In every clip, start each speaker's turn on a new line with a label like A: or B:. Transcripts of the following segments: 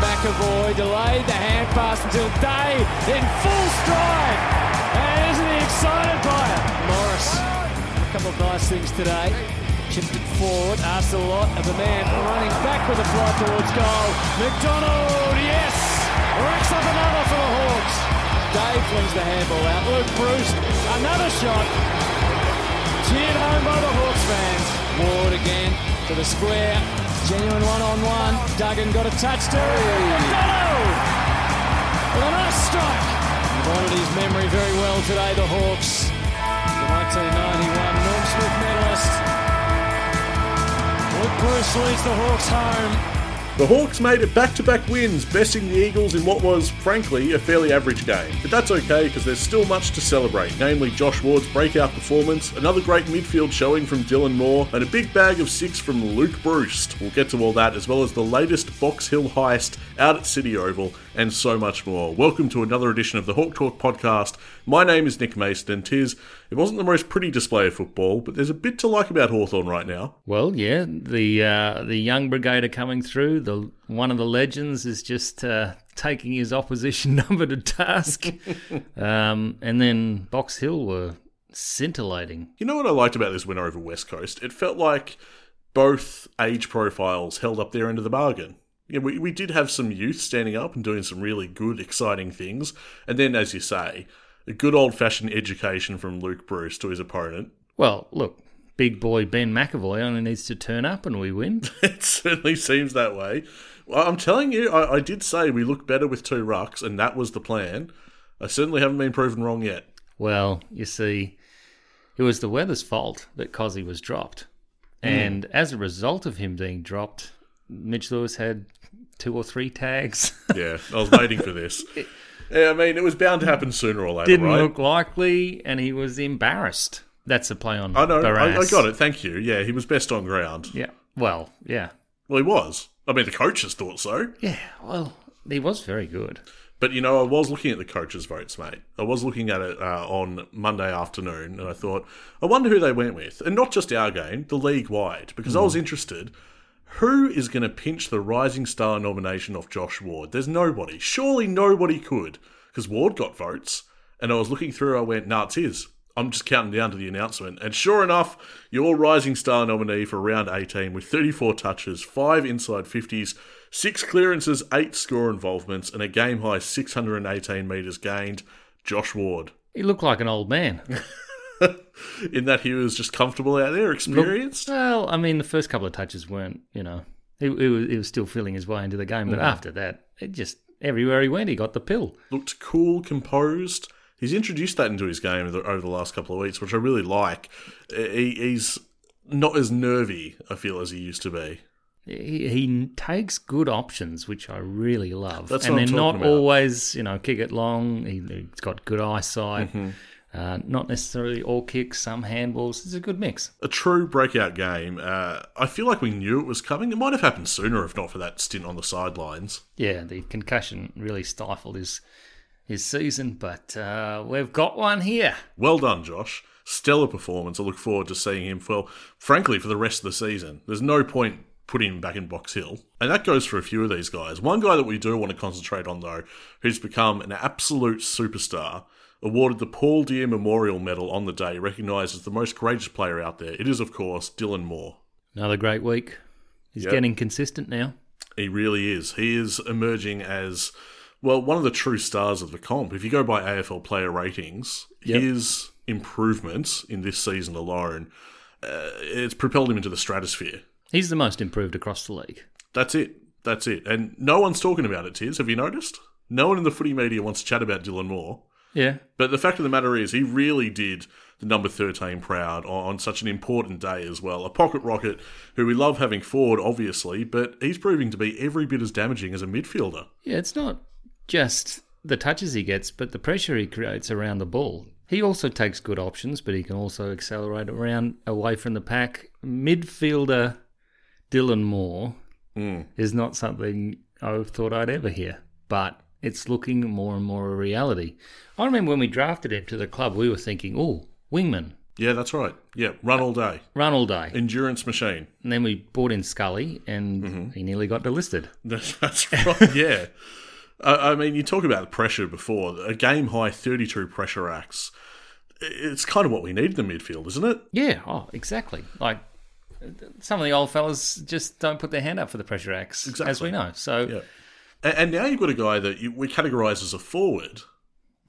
A: McAvoy delayed the hand pass until Day in full stride. And isn't he excited by it? Morris, a couple of nice things today. Chipped it forward, asked a lot of the man running back with a fly towards goal. McDonald, yes! Racks up another for the Hawks. Day flings the handball out. Luke Bruce, another shot. Cheered home by the Hawks fans. Ward again to the square. Genuine one-on-one. Duggan got a touch to McDonald! With a nice strike. They've honoured his memory very well today, the Hawks. The 1991 Norm Smith medalist. Luke Bruce leads the Hawks home.
B: The Hawks made it back to back wins, besting the Eagles in what was, frankly, a fairly average game. But that's okay because there's still much to celebrate, namely Josh Ward's breakout performance, another great midfield showing from Dylan Moore, and a big bag of six from Luke Bruce. We'll get to all that as well as the latest Box Hill heist out at City Oval and so much more. Welcome to another edition of the Hawk Talk podcast. My name is Nick Mason, and tis, it wasn't the most pretty display of football, but there's a bit to like about Hawthorn right now.
C: Well, yeah, the uh, the young brigade are coming through. The one of the legends is just uh, taking his opposition number to task, um, and then Box Hill were scintillating.
B: You know what I liked about this win over West Coast? It felt like both age profiles held up their end of the bargain. Yeah, we, we did have some youth standing up and doing some really good, exciting things. And then, as you say, a good old fashioned education from Luke Bruce to his opponent.
C: Well, look, big boy Ben McAvoy only needs to turn up and we win.
B: It certainly seems that way. Well, I'm telling you, I, I did say we look better with two rucks, and that was the plan. I certainly haven't been proven wrong yet.
C: Well, you see, it was the weather's fault that Cozzy was dropped.
B: Hmm.
C: And as a result of him being dropped, Mitch Lewis had two or three tags.
B: Yeah, I was waiting for this. Yeah, I mean, it was bound to happen sooner or later,
C: Didn't
B: right?
C: look likely, and he was embarrassed. That's a play on
B: I know. I, I
C: Barras.
B: got it. Thank you. Yeah, he was best on ground.
C: Yeah. Well, yeah.
B: Well, he was. I mean, the coaches thought so.
C: Yeah, well, he was very good.
B: But you know, I was looking at the coaches' votes, mate. I was looking at it uh, on Monday afternoon, and I thought, I wonder who they went with, and not just our game, the league wide, because I was interested. Who is going to pinch the Rising Star nomination off Josh Ward? There's nobody. Surely nobody could, because Ward got votes. And I was looking through, I went, nah, it's his. I'm just counting down to the announcement. And sure enough, your Rising Star nominee for round 18 with 34 touches, 5 inside 50s, 6 clearances, 8 score involvements, and a game high 618 metres gained, Josh Ward.
C: He looked like an old man.
B: In that he was just comfortable out there, experienced.
C: well, I mean, the first couple of touches weren't, you know, he, he, was, he was still feeling his way into the game. But after that, it just, everywhere he went, he got the pill.
B: looked cool, composed. He's introduced that into his game over the- over the last couple of weeks, which I really like. He, he's not as nervy, I feel, as he used to be.
C: He, he takes good options, which I really love.
B: That's
C: and
B: what I'm
C: they're
B: talking
C: not
B: about.
C: always, you know, kick it long. He, he's got good eyesight.
B: Mm-hmm.
C: Uh, not necessarily all kicks, some handballs. It's a good mix.
B: A true breakout game. Uh, I feel like we knew it was coming. It might have happened sooner if not for that stint on the sidelines.
C: Yeah, the concussion really stifled his his season, but uh, we've got one here.
B: Well done, Josh. Stellar performance. I look forward to seeing him, well, frankly, for the rest of the season. There's no point putting him back in Box Hill. And that goes for a few of these guys. One guy that we do want to concentrate on, though, who's become an absolute superstar, awarded the Paul Deere Memorial Medal on the day, recognised as the most courageous player out there. It is, of course, Dylan Moore.
C: Another great week. He's
B: Yep.
C: getting consistent now.
B: He really is. He is emerging as, well, one of the true stars of the comp. If you go by AFL player ratings,
C: Yep.
B: his improvements in this season alone, uh, it's propelled him into the stratosphere.
C: He's the most improved across the league.
B: That's it. That's it. And no one's talking about it, Tiz. Have you noticed? No one in the footy media wants to chat about Dylan Moore.
C: Yeah.
B: But the fact of the matter is, he really did the number 13 proud on on such an important day as well. A pocket rocket who we love having forward, obviously, but he's proving to be every bit as damaging as a midfielder.
C: Yeah, it's not just the touches he gets, but the pressure he creates around the ball. He also takes good options, but he can also accelerate around away from the pack. Midfielder Dylan Moore is not something I thought I'd ever hear, but it's looking more and more a reality. I remember when we drafted him to the club, we were thinking, oh, wingman,
B: Yeah, that's right. Yeah, run all day.
C: Run all day.
B: Endurance machine.
C: And then we brought in Scully and he nearly got delisted.
B: That's, that's right. Yeah. I, I mean, you talk about pressure before. A game high 32 pressure acts. It's kind of what we need in the midfield, isn't it?
C: Yeah, oh, exactly. Like some of the old fellas just don't put their hand up for the pressure acts, as
B: Exactly.
C: we know. So
B: Yeah. And, and now you've got a guy that you, we categorise as a forward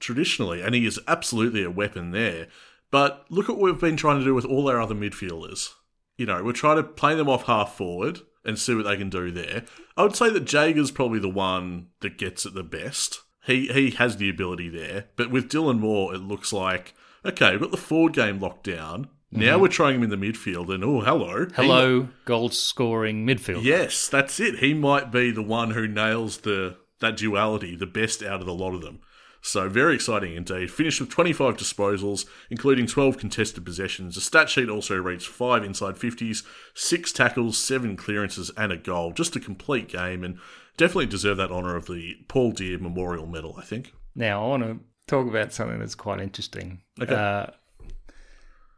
B: traditionally, and he is absolutely a weapon there. But look at what we've been trying to do with all our other midfielders. You know, we're trying to play them off half forward and see what they can do there. I would say that Jager's probably the one that gets it the best. He he has the ability there, but with Dylan Moore, it looks like okay, we've got the forward game locked down. Now we're trying him in the midfield, and oh, hello, He
C: hello, goal scoring midfield.
B: Yes, that's it. He might be the one who nails the that duality the best out of the lot of them. So very exciting indeed. Finished with 25 disposals, including 12 contested possessions. The stat sheet also reads five inside 50s, six tackles, seven clearances, and a goal. Just a complete game, and definitely deserve that honour of the Paul Deere Memorial Medal. I think.
C: Now, I want to talk about something that's quite interesting. Uh,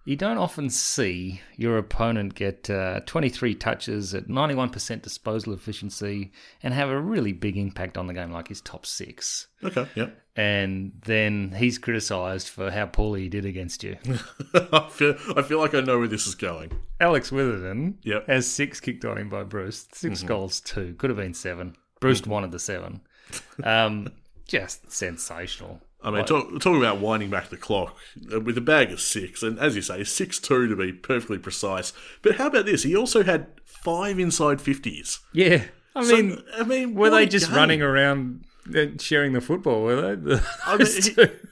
C: you don't often see your opponent get uh, 23 touches at 91% disposal efficiency and have a really big impact on the game, like his top six.
B: Okay. Yeah.
C: And then he's criticised for how poorly he did against you.
B: I feel I feel like I know where this is going.
C: Alex Witherden
B: Yep. Mm-hmm.
C: has six kicked on him by Bruce. 6 goals, two. Could have been seven. Bruce wanted the seven. Um, just sensational.
B: I mean, talk, talk about winding back the clock uh, with a bag of six, and as you say, six two to be perfectly precise. But how about this? He also had five inside fifties.
C: Yeah. I
B: So,
C: mean,
B: I mean,
C: Were
B: what
C: they
B: a
C: just
B: game.
C: running around and sharing the football? Were they?
B: I mean,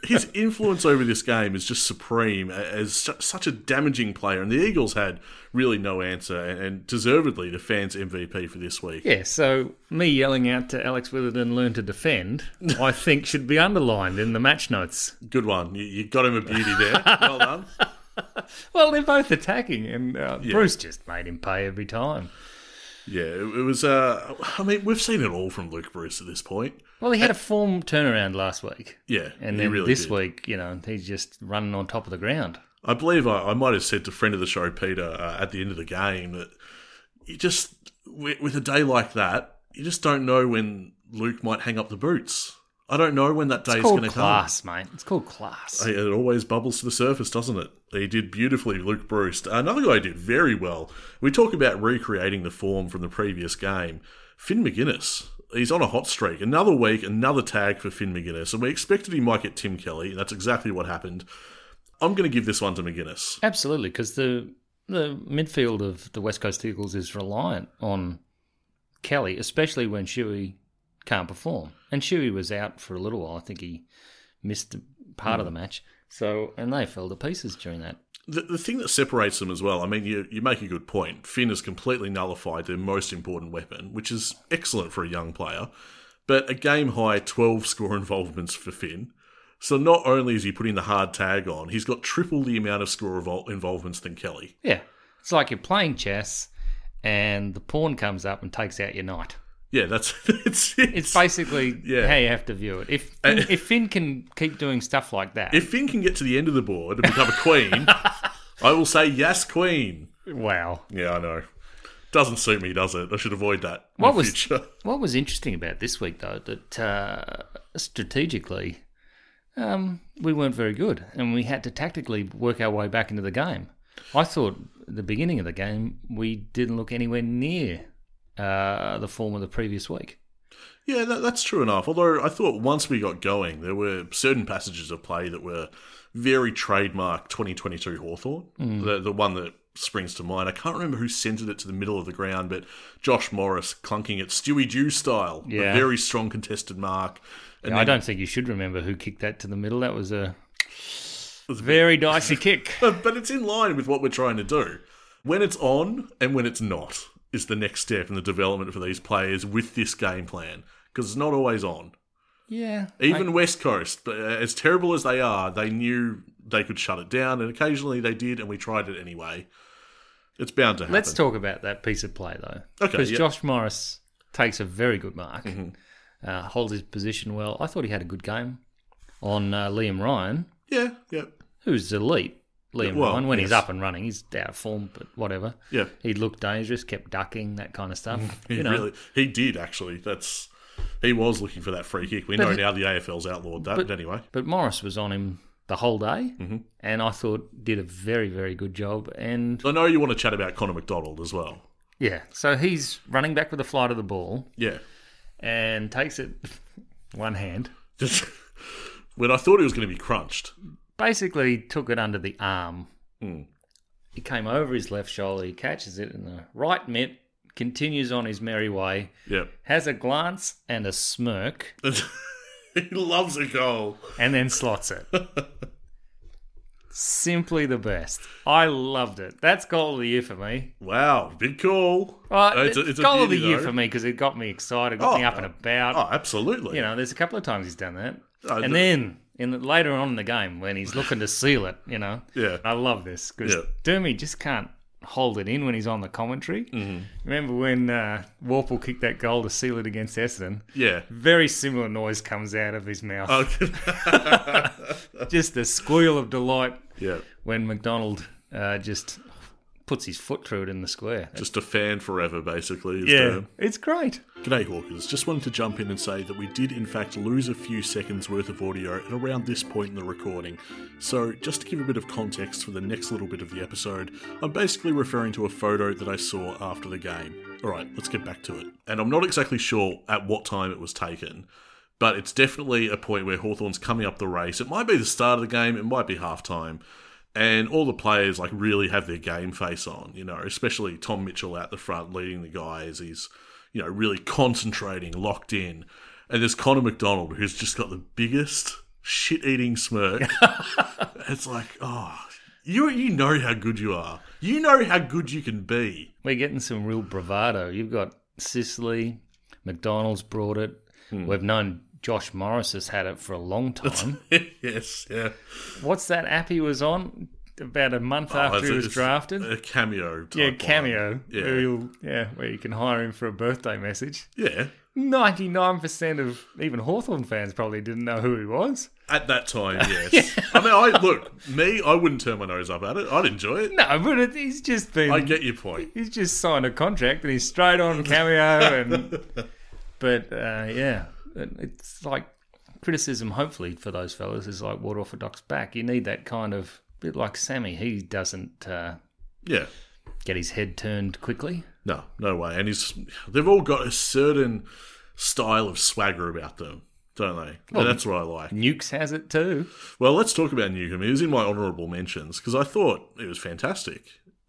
B: he- his influence over this game is just supreme a- as su- such a damaging player, and the Eagles had really no answer, and, and deservedly the fans' MVP for this week.
C: yeah. So me yelling out to Alex Witherden, "Learn to defend," I think should be underlined in the match notes.
B: Good one, you, you got him a beauty there. well done.
C: Well, they're both attacking, and uh, Bruce just made him pay every time.
B: Yeah, it, it was. Uh, I mean, we've seen it all from Luke Bruce at this point.
C: Well, he had a form turnaround last week,
B: Yeah,
C: and
B: he
C: then
B: really
C: this
B: did.
C: week, you know, he's just running on top of the ground.
B: I believe I, I might have said to friend of the show Peter uh, at the end of the game that you just with, with a day like that, you just don't know when Luke might hang up the boots. I don't know when that day is
C: It's
B: going
C: called
B: to come.
C: class, mate. It's called class.
B: It it always bubbles to the surface, doesn't it? He did beautifully, Luke Bruce. Another guy who did very well. We talk about recreating the form from the previous game. Finn McGuinness. He's on a hot streak. Another week, another tag for Finn McGuinness. And we expected he might get Tim Kelly, and that's exactly what happened. I'm going to give this one to McGuinness.
C: Absolutely, because the the midfield of the West Coast Eagles is reliant on Kelly, especially when Shuey can't perform. And Shuey was out for a little while. I think he missed part of
B: Hmm.
C: the match. So and they fell to pieces during that.
B: The, the thing that separates them as well, I mean, you, you make a good point. Finn has completely nullified their most important weapon, which is excellent for a young player. But a game high 12 score involvements for Finn. So not only is he putting the hard tag on, he's got triple the amount of score evol- involvements than Kelly.
C: Yeah, it's like you're playing chess, and the pawn comes up and takes out your knight.
B: Yeah, that's it's, it.
C: It's basically
B: Yeah.
C: how you have to view it. If if Finn can keep doing stuff like that,
B: If Finn can get to the end of the board and become a queen, I will say yes, queen.
C: wow.
B: Yeah, I know. Doesn't suit me, does it? I should avoid that. in
C: What
B: the
C: was-
B: future.
C: What was interesting about this week, though, that uh, strategically um, we weren't very good, and we had to tactically work our way back into the game. I thought at the beginning of the game we didn't look anywhere near uh, the form of the previous week.
B: Yeah, that, that's true enough. Although I thought once we got going, there were certain passages of play that were very trademark 2022 Hawthorn.
C: Hmm.
B: The, the one that springs to mind. I can't remember who centered it to the middle of the ground, but Josh Morris clunking it Stewie Dew style. A
C: Yeah.
B: very strong contested mark. And
C: I
B: then
C: don't think you should remember who kicked that to the middle. That was a very dicey kick.
B: but it's in line with what we're trying to do. When it's on and when it's not is the next step in the development for these players with this game plan because it's not always on.
C: Yeah,
B: Even West Coast, but, uh, as terrible as they are, they knew they could shut it down, and occasionally they did, and we tried it anyway. It's bound to happen.
C: Let's talk about that piece of play though,
B: Okay,
C: because
B: yeah. Mm-hmm.
C: Josh Morris takes a very good mark, uh, holds his position well. I thought he had a good game on uh, Liam Ryan,
B: Yeah, yeah.
C: who's elite. Liam
B: well,
C: Ryan when he's
B: yes.
C: up and running. He's out of form, but whatever.
B: Yeah.
C: He looked dangerous, kept ducking, that kind of stuff.
B: He
C: you know.
B: really he did actually. That's he was looking for that free kick. We know
C: he-
B: now the AFL's outlawed that, but, anyway.
C: But Morris was on him the whole day,
B: Mm-hmm.
C: and I thought did a very, very good job. And
B: I know you want to chat about Connor McDonald as well.
C: yeah, so he's running back with a flight of the ball
B: Yeah.
C: and takes it one hand.
B: Just when I thought he was going to be crunched.
C: Basically, took it under the arm.
B: Hmm.
C: It came over his left shoulder. He catches it in the right mitt. Continues on his merry way.
B: Yeah.
C: Has a glance and a smirk.
B: he loves a goal.
C: and then slots it. Simply the best. I loved it. That's goal of the year for me.
B: Wow, big call.
C: Uh,
B: Oh, a-
C: it's
B: a
C: goal of the
B: beauty,
C: year
B: though.
C: for me because it got me excited, got
B: Oh,
C: me up and about.
B: Oh, absolutely.
C: You know, there's a couple of times he's done that,
B: Oh,
C: and
B: the-
C: then in the, later on in the game when he's looking to seal it, you know.
B: Yeah.
C: I love this because
B: Yeah.
C: Dermy just can't hold it in when he's on the commentary.
B: Mm-hmm.
C: Remember when uh, Warple kicked that goal to seal it against Essendon?
B: Yeah.
C: Very similar noise comes out of his mouth.
B: Okay.
C: just a squeal of delight
B: yeah.
C: when McDonald uh, just puts his foot through it in the square.
B: Just a fan forever, basically. is
C: yeah,
B: the-
C: it's great.
B: G'day, Hawkers. Just wanted to jump in and say that we did, in fact, lose a few seconds worth of audio at around this point in the recording. So, just to give a bit of context for the next little bit of the episode, I'm basically referring to a photo that I saw after the game. Alright, let's get back to it. And I'm not exactly sure at what time it was taken, but it's definitely a point where Hawthorn's coming up the race. It might be the start of the game, it might be half time. and all the players like really have their game face on, you know, especially Tom Mitchell out the front leading the guys. He's, you know, really concentrating, locked in. And there's Connor McDonald who's just got the biggest shit eating smirk. it's like, oh, you you know how good you are. You know how good you can be.
C: We're getting some real bravado. You've got Sicily, McDonald's brought it.
B: Hmm.
C: We've known Josh Morris has had it for a long time.
B: yes, yeah.
C: What's that app he was on? About a month
B: Oh,
C: after
B: it's-
C: he was
B: it's
C: drafted.
B: A cameo. Type
C: yeah,
B: one.
C: cameo.
B: Yeah.
C: Where you'll, yeah, where you can hire him for a birthday message.
B: Yeah.
C: Ninety-nine percent of even Hawthorn fans probably didn't know who he was.
B: At that time, yes. I mean, I look, me, I wouldn't turn my nose up at it. I'd enjoy it.
C: No, but it, he's just been
B: I get your point.
C: he's just signed a contract and he's straight on cameo and but uh, yeah it- it's like criticism hopefully for those fellas is like water off a duck's back you need that kind of bit like sammy he doesn't uh,
B: Yeah.
C: get his head turned quickly
B: No, no way. And he's they've all got a certain style of swagger about them, don't they? and that's what I like.
C: nukes has it too
B: Well, let's talk about Newcomb. He was in my honourable mentions because I thought it was fantastic.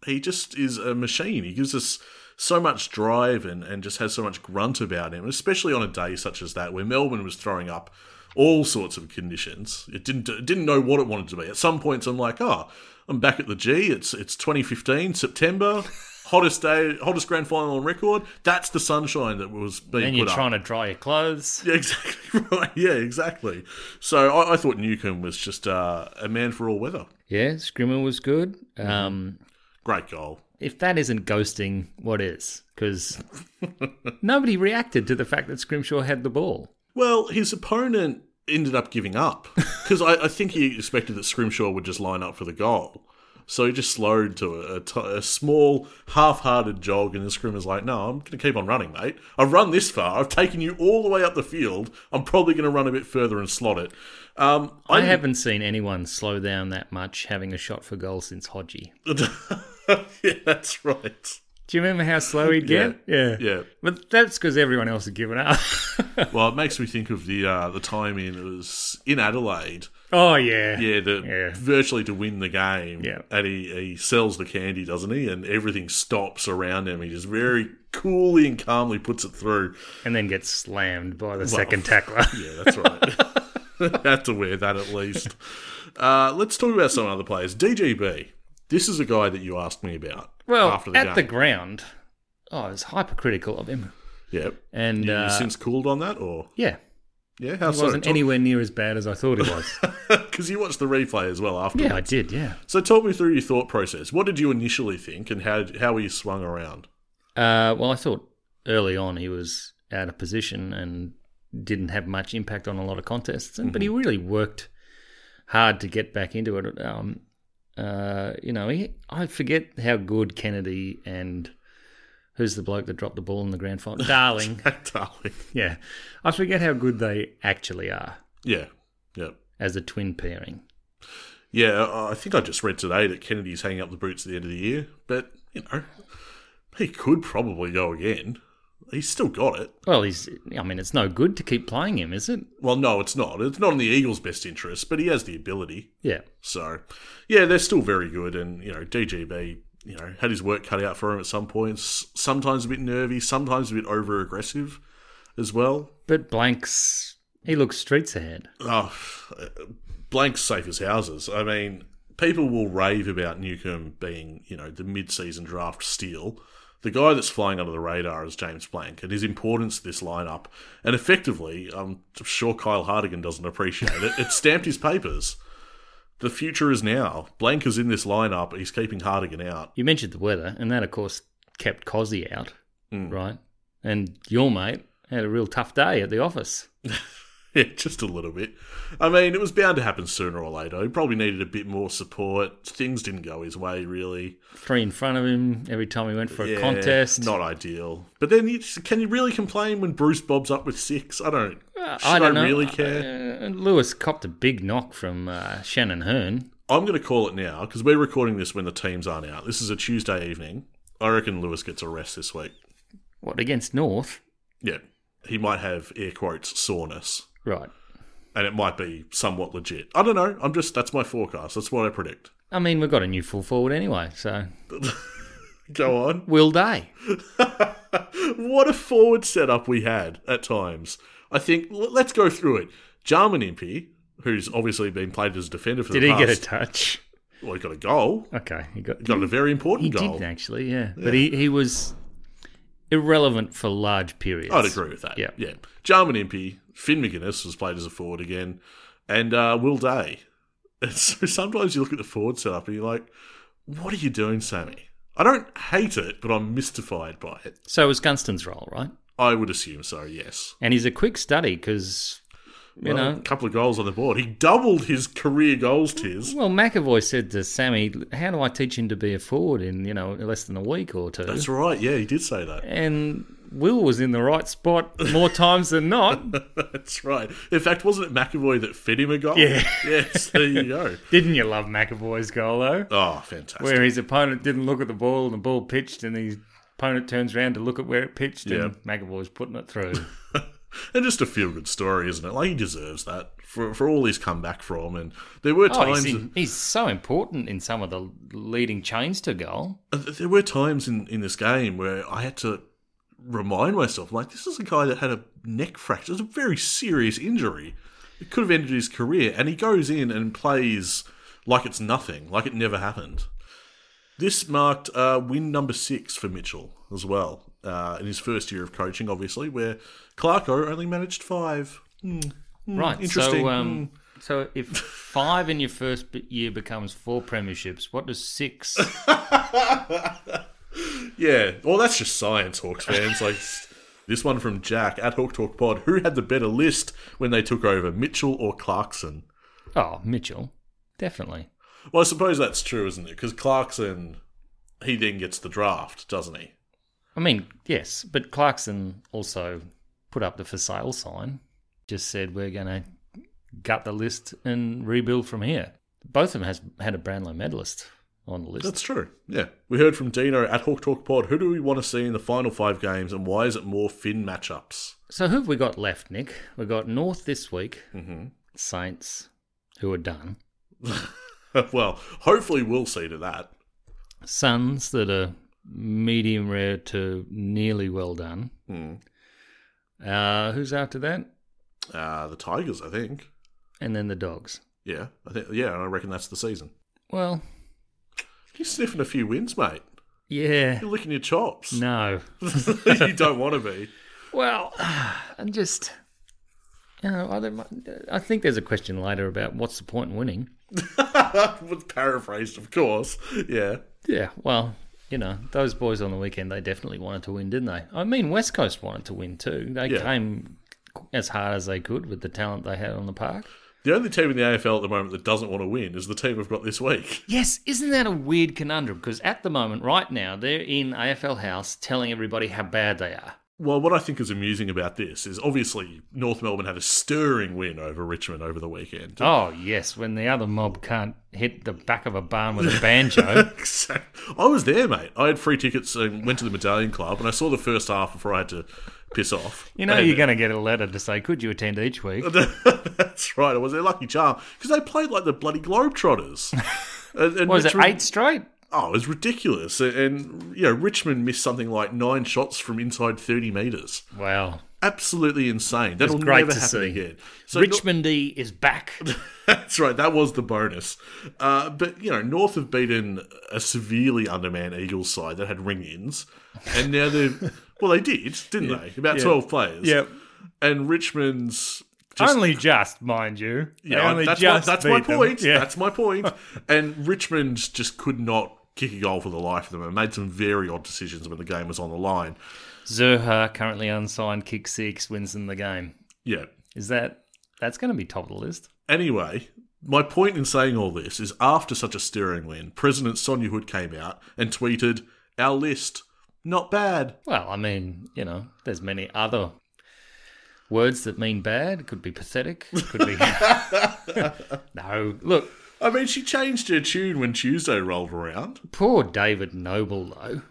B: He just is a machine. He gives us so much drive and, and just has so much grunt about him, especially on a day such as that where Melbourne was throwing up all sorts of conditions. It didn't it didn't know what it wanted to be. At some points, I'm like, oh, I'm back at the G. It's it's 2015 September. Hottest day, hottest grand final on record. That's the sunshine that was being
C: and
B: put
C: you're
B: up.
C: trying to dry your clothes
B: Yeah, exactly right. Yeah, exactly. So I, I thought Newcomb was just uh, a man for all weather.
C: yeah scrimmer was good um,
B: Great goal.
C: if that isn't ghosting what is because nobody reacted to the fact that scrimshaw had the ball
B: Well, his opponent ended up giving up because I, I think he expected that Scrimshaw would just line up for the goal. So he just slowed to a, a t- a small, half-hearted jog, and the scrimmer's like, "No, I'm going to keep on running, mate. I've run this far. I've taken you all the way up the field. I'm probably going to run a bit further and slot it." Um,
C: I haven't seen anyone slow down that much having a shot for goal since Hodgie.
B: yeah, that's right.
C: Do you remember how slow he'd
B: Yeah.
C: get? Yeah.
B: Yeah.
C: But that's because everyone else had given up.
B: Well, it makes me think of the uh, the time in it was in Adelaide.
C: oh, yeah.
B: Yeah, the
C: Yeah.
B: virtually to win the game.
C: Yeah.
B: and he, he sells the candy, doesn't he? And everything stops around him. He just very coolly and calmly puts it through.
C: And then gets slammed by the second tackler.
B: Yeah, that's right. Had to wear that at least. Uh, let's talk about some other players. DGB. This is a guy that you asked me about.
C: Well,
B: after the
C: at
B: game.
C: the ground, oh, I was hypercritical of him.
B: yeah.
C: And
B: You
C: uh,
B: since cooled on that, or
C: yeah,
B: yeah, how
C: he
B: so?
C: wasn't anywhere near as bad as I thought he was.
B: Because you watched the replay as well afterwards.
C: yeah, I did, yeah.
B: So talk me through your thought process. What did you initially think, and how how were you swung around?
C: Uh, well, I thought early on he was out of position and didn't have much Mm-hmm. impact on a lot of contests, and but he really worked hard to get back into it. Um, Uh, you know, he, I forget how good Kennedy and who's the bloke that dropped the ball in the grand final? Darling.
B: Darling.
C: Yeah. I forget how good they actually are
B: Yeah. Yeah.
C: as a twin pairing.
B: Yeah, I I think I just read today that Kennedy's hanging up the boots at the end of the year, but you know, he could probably go again. He's still got it.
C: Well, he's. I mean, it's no good to keep playing him, is it?
B: Well, no, it's not. It's not in the Eagles' best interest, but he has the ability.
C: Yeah.
B: So, yeah, they're still very good, and you know, DGB, you know, had his work cut out for him at some points. Sometimes a bit nervy, sometimes a bit over aggressive, as well.
C: But Blanks, he looks streets ahead.
B: Oh, blank's safe as houses. I mean, people will rave about Newcomb being, you know, the mid-season draft steal. The guy that's flying under the radar is James Blank, and his importance to this lineup, and effectively, I'm sure Kyle Hardigan doesn't appreciate it. It stamped his papers. The future is now. Blank is in this lineup. He's keeping Hardigan out.
C: You mentioned the weather, and that, of course, kept Cozzy out,
B: Mm.
C: right? And your mate had a real tough day at the office.
B: Yeah, just a little bit. I mean, it was bound to happen sooner or later. He probably needed a bit more support. Things didn't go his way, really.
C: Three in front of him every time he went for a
B: Yeah,
C: contest.
B: Not ideal. But then you just, can you really complain when Bruce Bob's up with six? I don't.
C: Uh,
B: should I, really care?
C: Uh, and Lewis copped a big knock from uh, Shannon Hearn.
B: I'm going to call it now because we're recording this when the teams aren't out. This is a Tuesday evening. I reckon Lewis gets a rest this week.
C: What against North?
B: Yeah, he might have air quotes soreness,
C: Right.
B: and it might be somewhat legit. I don't know. I'm just that's my forecast. That's what I predict.
C: I mean, we've got a new full forward anyway, so
B: Go on.
C: will they?
B: what a forward setup we had at times. I think l- let's go through it. Jarman Impey, who's obviously been played as a defender for
C: Did
B: the
C: he
B: past.
C: get a touch?
B: Well, he got a goal.
C: Okay, he got
B: got a very important
C: He
B: goal.
C: did actually, yeah. But he, he was irrelevant for large periods.
B: I'd agree with that.
C: Yeah.
B: yeah. Jarman Impey, Finn McGuinness was played as a forward again, and uh, Will Day. And so sometimes you look at the forward setup and you're like, "What are you doing, Sammy?" I don't hate it, but I'm mystified by it.
C: So it was Gunston's role, right?
B: I would assume so. Yes.
C: And he's a quick study because you
B: Well,
C: know.
B: a couple of goals on the board. He doubled his career goals. Tiz.
C: Well, McAvoy said to Sammy, "How do I teach him to be a forward in you know less than a week or two?
B: That's right. Yeah, he did say that.
C: And Will was in the right spot more times than not.
B: That's right. In fact, wasn't it McAvoy that fed him a goal?
C: Yeah.
B: yes. There you go.
C: Didn't you love McAvoy's goal though?
B: Oh, fantastic.
C: Where his opponent didn't look at the ball and the ball pitched, and his opponent turns around to look at where it pitched, and McAvoy's putting it through.
B: And just a feel good story, isn't it? Like he deserves that for for all he's come back from. And there were
C: Oh,
B: times,
C: he's, in- he's so important in some of the leading chains to goal.
B: uh, there were times in in this game where I had to remind myself, like this is a guy that had a neck fracture, it's a very serious injury. It could have ended his career, and he goes in and plays like it's nothing, like it never happened. This marked uh, win number six for Mitchell as well uh, in his first year of coaching, obviously, where Clarko only managed five. Hmm.
C: right.
B: interesting. Hmm.
C: So, um, so if five in your first b- year becomes four premierships, what does six?
B: Yeah, well, that's just science, Hawks fans. Like this one from Jack at Hawk Talk Pod. Who had the better list when they took over, Mitchell or Clarkson?
C: oh, Mitchell, definitely.
B: Well, I suppose that's true, isn't it? Because Clarkson, he then gets the draft, doesn't he?
C: I mean, yes, but Clarkson also put up the for sale sign. Just said we're going to gut the list and rebuild from here. Both of them has had a Brownlow medalist on the list.
B: That's true. Yeah, we heard from Dino at Hawk Talk Pod. Who do we want to see in the final five games, and why is it more Finn matchups?
C: So who have we got left, Nick? We have got North this week. Mm-hmm. Saints, who are done.
B: well, hopefully we'll see to that.
C: Suns that are medium rare to nearly well done. Uh, who's after that?
B: Uh, the Tigers, I think.
C: And then the dogs.
B: Yeah, I think. Yeah, and I reckon that's the season.
C: Well,
B: You're sniffing a few wins, mate.
C: yeah,
B: You're licking your chops.
C: no.
B: you don't want to be.
C: Well, I'm just, you know, I, don't, I think there's a question later about what's the point in winning.
B: was paraphrased, of course. Yeah.
C: Yeah, well, you know, those boys on the weekend, they definitely wanted to win, didn't they? I mean, West Coast wanted to win too. They
B: Yeah.
C: came as hard as they could with the talent they had on the park.
B: The only team in the AFL at the moment that doesn't want to win is the team we've got this week.
C: Yes, isn't that a weird conundrum? Because at the moment, right now, they're in AFL House telling everybody how bad they are.
B: Well, what I think is amusing about this is obviously North Melbourne had a stirring win over Richmond over the weekend.
C: Oh, yes, when the other mob can't hit the back of a barn with a banjo.
B: Exact- I was there, mate. I had free tickets and went to the Medallion Club, and I saw the first half before I had to piss off.
C: You know,
B: And-
C: you're going to get a letter to say, could you attend each week?
B: Uh, That's right. It was their lucky charm because they played like the bloody Globetrotters. and, and
C: What was it,
B: Richmond-
C: eight straight?
B: Oh, it was ridiculous. And, and you know, Richmond missed something like nine shots from inside thirty meters.
C: Wow.
B: Absolutely insane. That'll
C: great
B: never
C: to
B: happen
C: see.
B: again. So Nor-
C: Richmond E is back.
B: That's right. That was the bonus. Uh, but you know, North have beaten a severely undermanned Eagles side that had ring ins, and now they've well, they did, didn't they? About twelve players. And Richmond's just
D: only just, mind you. They
B: Yeah,
D: only
B: that's,
D: just
B: my, that's my
D: beat them.
B: point.
D: Yeah.
B: That's my point. and Richmond just could not kick a goal for the life of them and made some very odd decisions when the game was on the line.
C: Zerha, currently unsigned, kick six, wins them the game.
B: Yeah.
C: Is that, that's going to be top of the list.
B: Anyway, my point in saying all this is after such a stirring win, President Sonia Hood came out and tweeted, Our list, not bad.
C: Well, I mean, you know, there's many other words that mean bad. It could be pathetic. It could be. no, look,
B: I mean, she changed her tune when Tuesday rolled around.
C: poor David Noble though.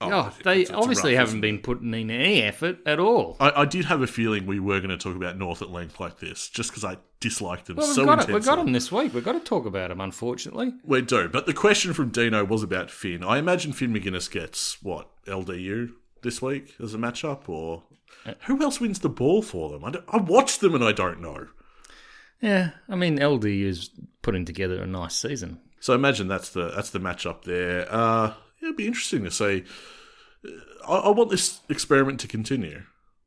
C: God, they
B: it's- it's
C: obviously
B: rough,
C: haven't
B: isn't
C: been putting in any effort at all.
B: I, I did have a feeling we were going to talk about North at length like this, just because I disliked them
C: Well, we've
B: so
C: got it.
B: intensely.
C: We've got him this week. We've got to talk about him, unfortunately.
B: We do. But the question from Dino was about Finn. I imagine Finn McGuinness gets what LDU this week as a matchup, or
C: Uh,
B: who else wins the ball for them? I, don't- I watched them and I don't know.
C: Yeah, I mean, LD is putting together a nice season.
B: So I imagine that's the that's the matchup there. Uh, it'd be interesting to see. I, I want this experiment to continue.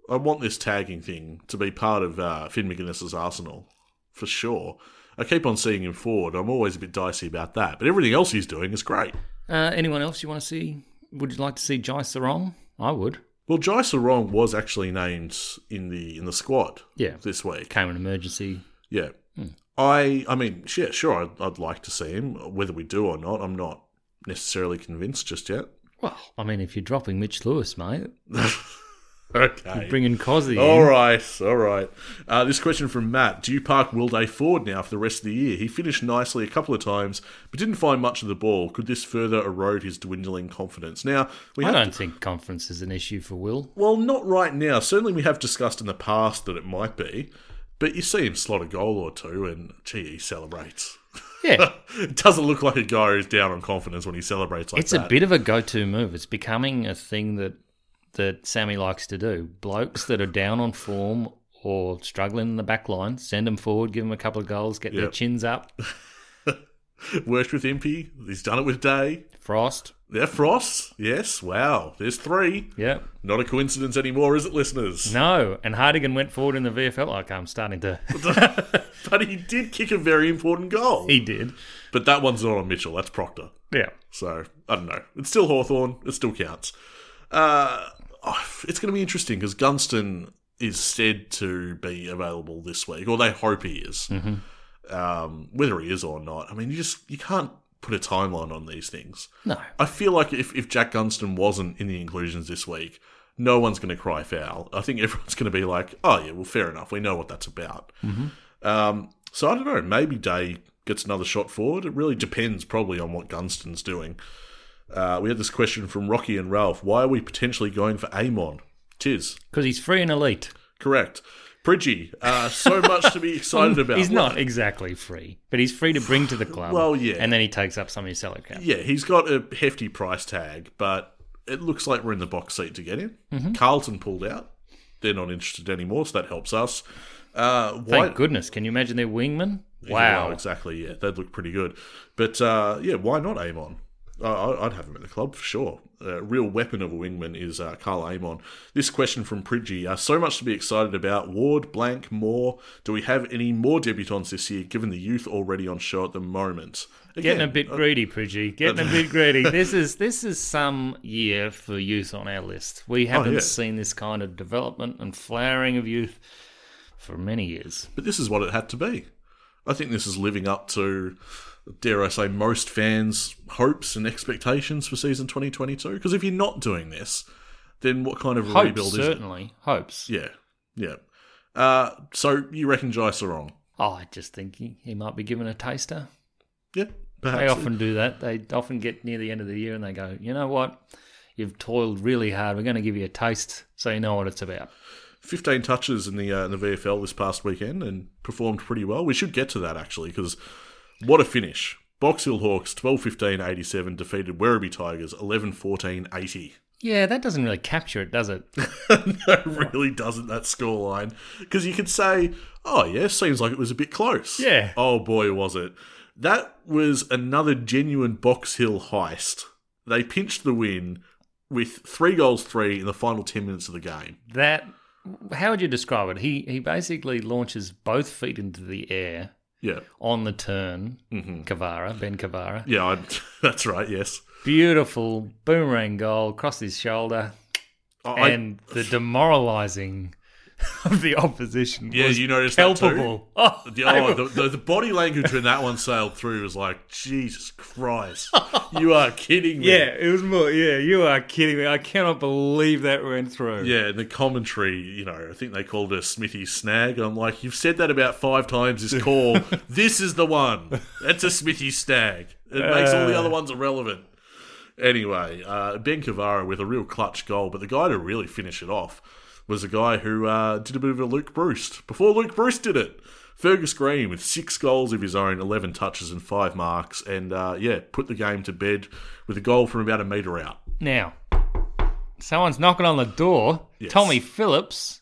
B: I want this tagging thing to be part of uh, Finn McGuinness's arsenal for sure. I keep on seeing him forward. I'm always a bit dicey about that, but everything else he's doing is great.
C: Uh, anyone else you want to see? Would you like to see Jai Sarong? I would.
B: Well, Jai Sarong was actually named in the in the squad.
C: Yeah.
B: this week.
C: Came an emergency.
B: Yeah, I I mean, yeah, sure, I'd, I'd like to see him. Whether we do or not, I'm not necessarily convinced just yet.
C: Well, I mean, if you're dropping Mitch Lewis, mate,
B: Okay.
C: bringing Cosy
B: all
C: in.
B: right, all right. Uh, this question from Matt: Do you park Will Day Ford now for the rest of the year? He finished nicely a couple of times, but didn't find much of the ball. Could this further erode his dwindling confidence? Now we
C: I
B: have
C: don't think conference is an issue for Will.
B: Well, not right now. Certainly, we have discussed in the past that it might be, but you see him slot a goal or two, and gee, he celebrates.
C: Yeah,
B: It doesn't look like a guy who's down on confidence when he celebrates like
C: it's
B: that.
C: a bit of a go-to move. It's becoming a thing that that Sammy likes to do. Blokes that are down on form or struggling in the back line, send them forward, give them a couple of goals, get their
B: Yep.
C: chins up.
B: Worked with Impy. He's done it with Day.
C: Frost,
B: There, Frost. Yes. Wow. There's three.
C: yeah,
B: Not a coincidence anymore, is it, listeners?
C: no. And Hardigan went forward in the VFL. Like I'm starting to.
B: But he did kick a very important goal.
C: he did.
B: But that one's not on Mitchell. That's Proctor.
C: Yeah.
B: So I don't know. It's still Hawthorn. It still counts. Uh, oh, it's going to be interesting because Gunston is said to be available this week, or they hope he is.
C: Mm-hmm.
B: Um, whether he is or not, I mean, you just you can't put a timeline on these things.
C: No.
B: I feel like if, if Jack Gunston wasn't in the inclusions this week, no one's going to cry foul. I think everyone's going to be like, oh, yeah, well, fair enough. We know what that's about. Um, so I don't know. Maybe Day gets another shot forward. It really depends, probably, on what Gunston's doing. Uh, we had this question from Rocky and Ralph. Why are we potentially going for Amon? Tis.
C: Because he's free and elite.
B: Correct. Pridgy. Uh, so much to be excited about.
C: He's not exactly free, but he's free to bring to the club.
B: Well, yeah.
C: And then he takes up some of your salary cap.
B: Yeah, he's got a hefty price tag, but it looks like we're in the box seat to get him.
C: Mm-hmm.
B: Carlton pulled out; they're not interested anymore, so that helps us. Uh,
C: Thank
B: White,
C: goodness. Can you imagine their wingman?
B: Yeah,
C: Wow.
B: exactly. Yeah, they'd look pretty good. But uh, yeah, why not Amon? I- I- I'd have him at the club for sure. A real weapon of a wingman is uh, Carl Amon. This question from Pridgy: uh, So much to be excited about. Ward, Blank, Moore. Do we have any more debutants this year? Given the youth already on show at the moment, Again,
C: Getting a bit
B: uh,
C: greedy, Pridgy. Getting a bit greedy. This is this is some year for youth on our list. We haven't
B: Oh, yeah.
C: seen this kind of development and flowering of youth for many years.
B: But this is what it had to be. I think this is living up to, dare I say, most fans' hopes and expectations for season 2022. Because if you're not doing this, then what kind of
D: Hopes,
B: rebuild is it?
D: certainly. Hopes.
B: Yeah, yeah. Uh, so you reckon Jai Sarong?
C: Oh, I just think he, he might be given a taster.
B: Yeah, perhaps.
C: They often do that. They often get near the end of the year and they go, you know what? You've toiled really hard. We're going to give you a taste so you know what it's about.
B: 15 touches in the uh, in the VFL this past weekend and performed pretty well. We should get to that actually because what a finish. Box Hill Hawks 12 15 87 defeated Werribee Tigers 11 14 80.
C: Yeah, that doesn't really capture it, does it?
B: that really doesn't, that scoreline. Because you could say, oh, yeah, seems like it was a bit close.
C: Yeah.
B: Oh, boy, was it. That was another genuine Box Hill heist. They pinched the win with three goals, three in the final 10 minutes of the game.
C: That, how would you describe it? He, he basically launches both feet into the air
B: Yeah.
C: on the turn,
B: Mm-hmm.
C: Cavara, Ben Cavara.
B: Yeah, I, that's right, yes.
C: Beautiful boomerang goal, across his shoulder.
B: I-
C: and the demoralizing of the opposition
B: Yeah,
C: was
B: you noticed that too?
C: palpable. Oh,
B: The,
C: I
B: oh, the, the, the body language when that one sailed through was like, Jesus Christ, you are kidding me.
C: Yeah, it was more. Yeah, you are kidding me. I cannot believe that went through.
B: Yeah, and the commentary, you know, I think they called it a Smithy snag. I'm like, you've said that about five times this call. this is the one. That's a Smithy snag. It makes all the other ones irrelevant. Anyway, uh, Ben Cavara with a real clutch goal, but the guy to really finish it off was a guy who uh, did a bit of a Luke Bruce before Luke Bruce did it. Fergus Green with six goals of his own, 11 touches and five marks, and uh, yeah, put the game to bed with a goal from about a metre out.
C: Now, someone's knocking on the door. Tommy Phillips.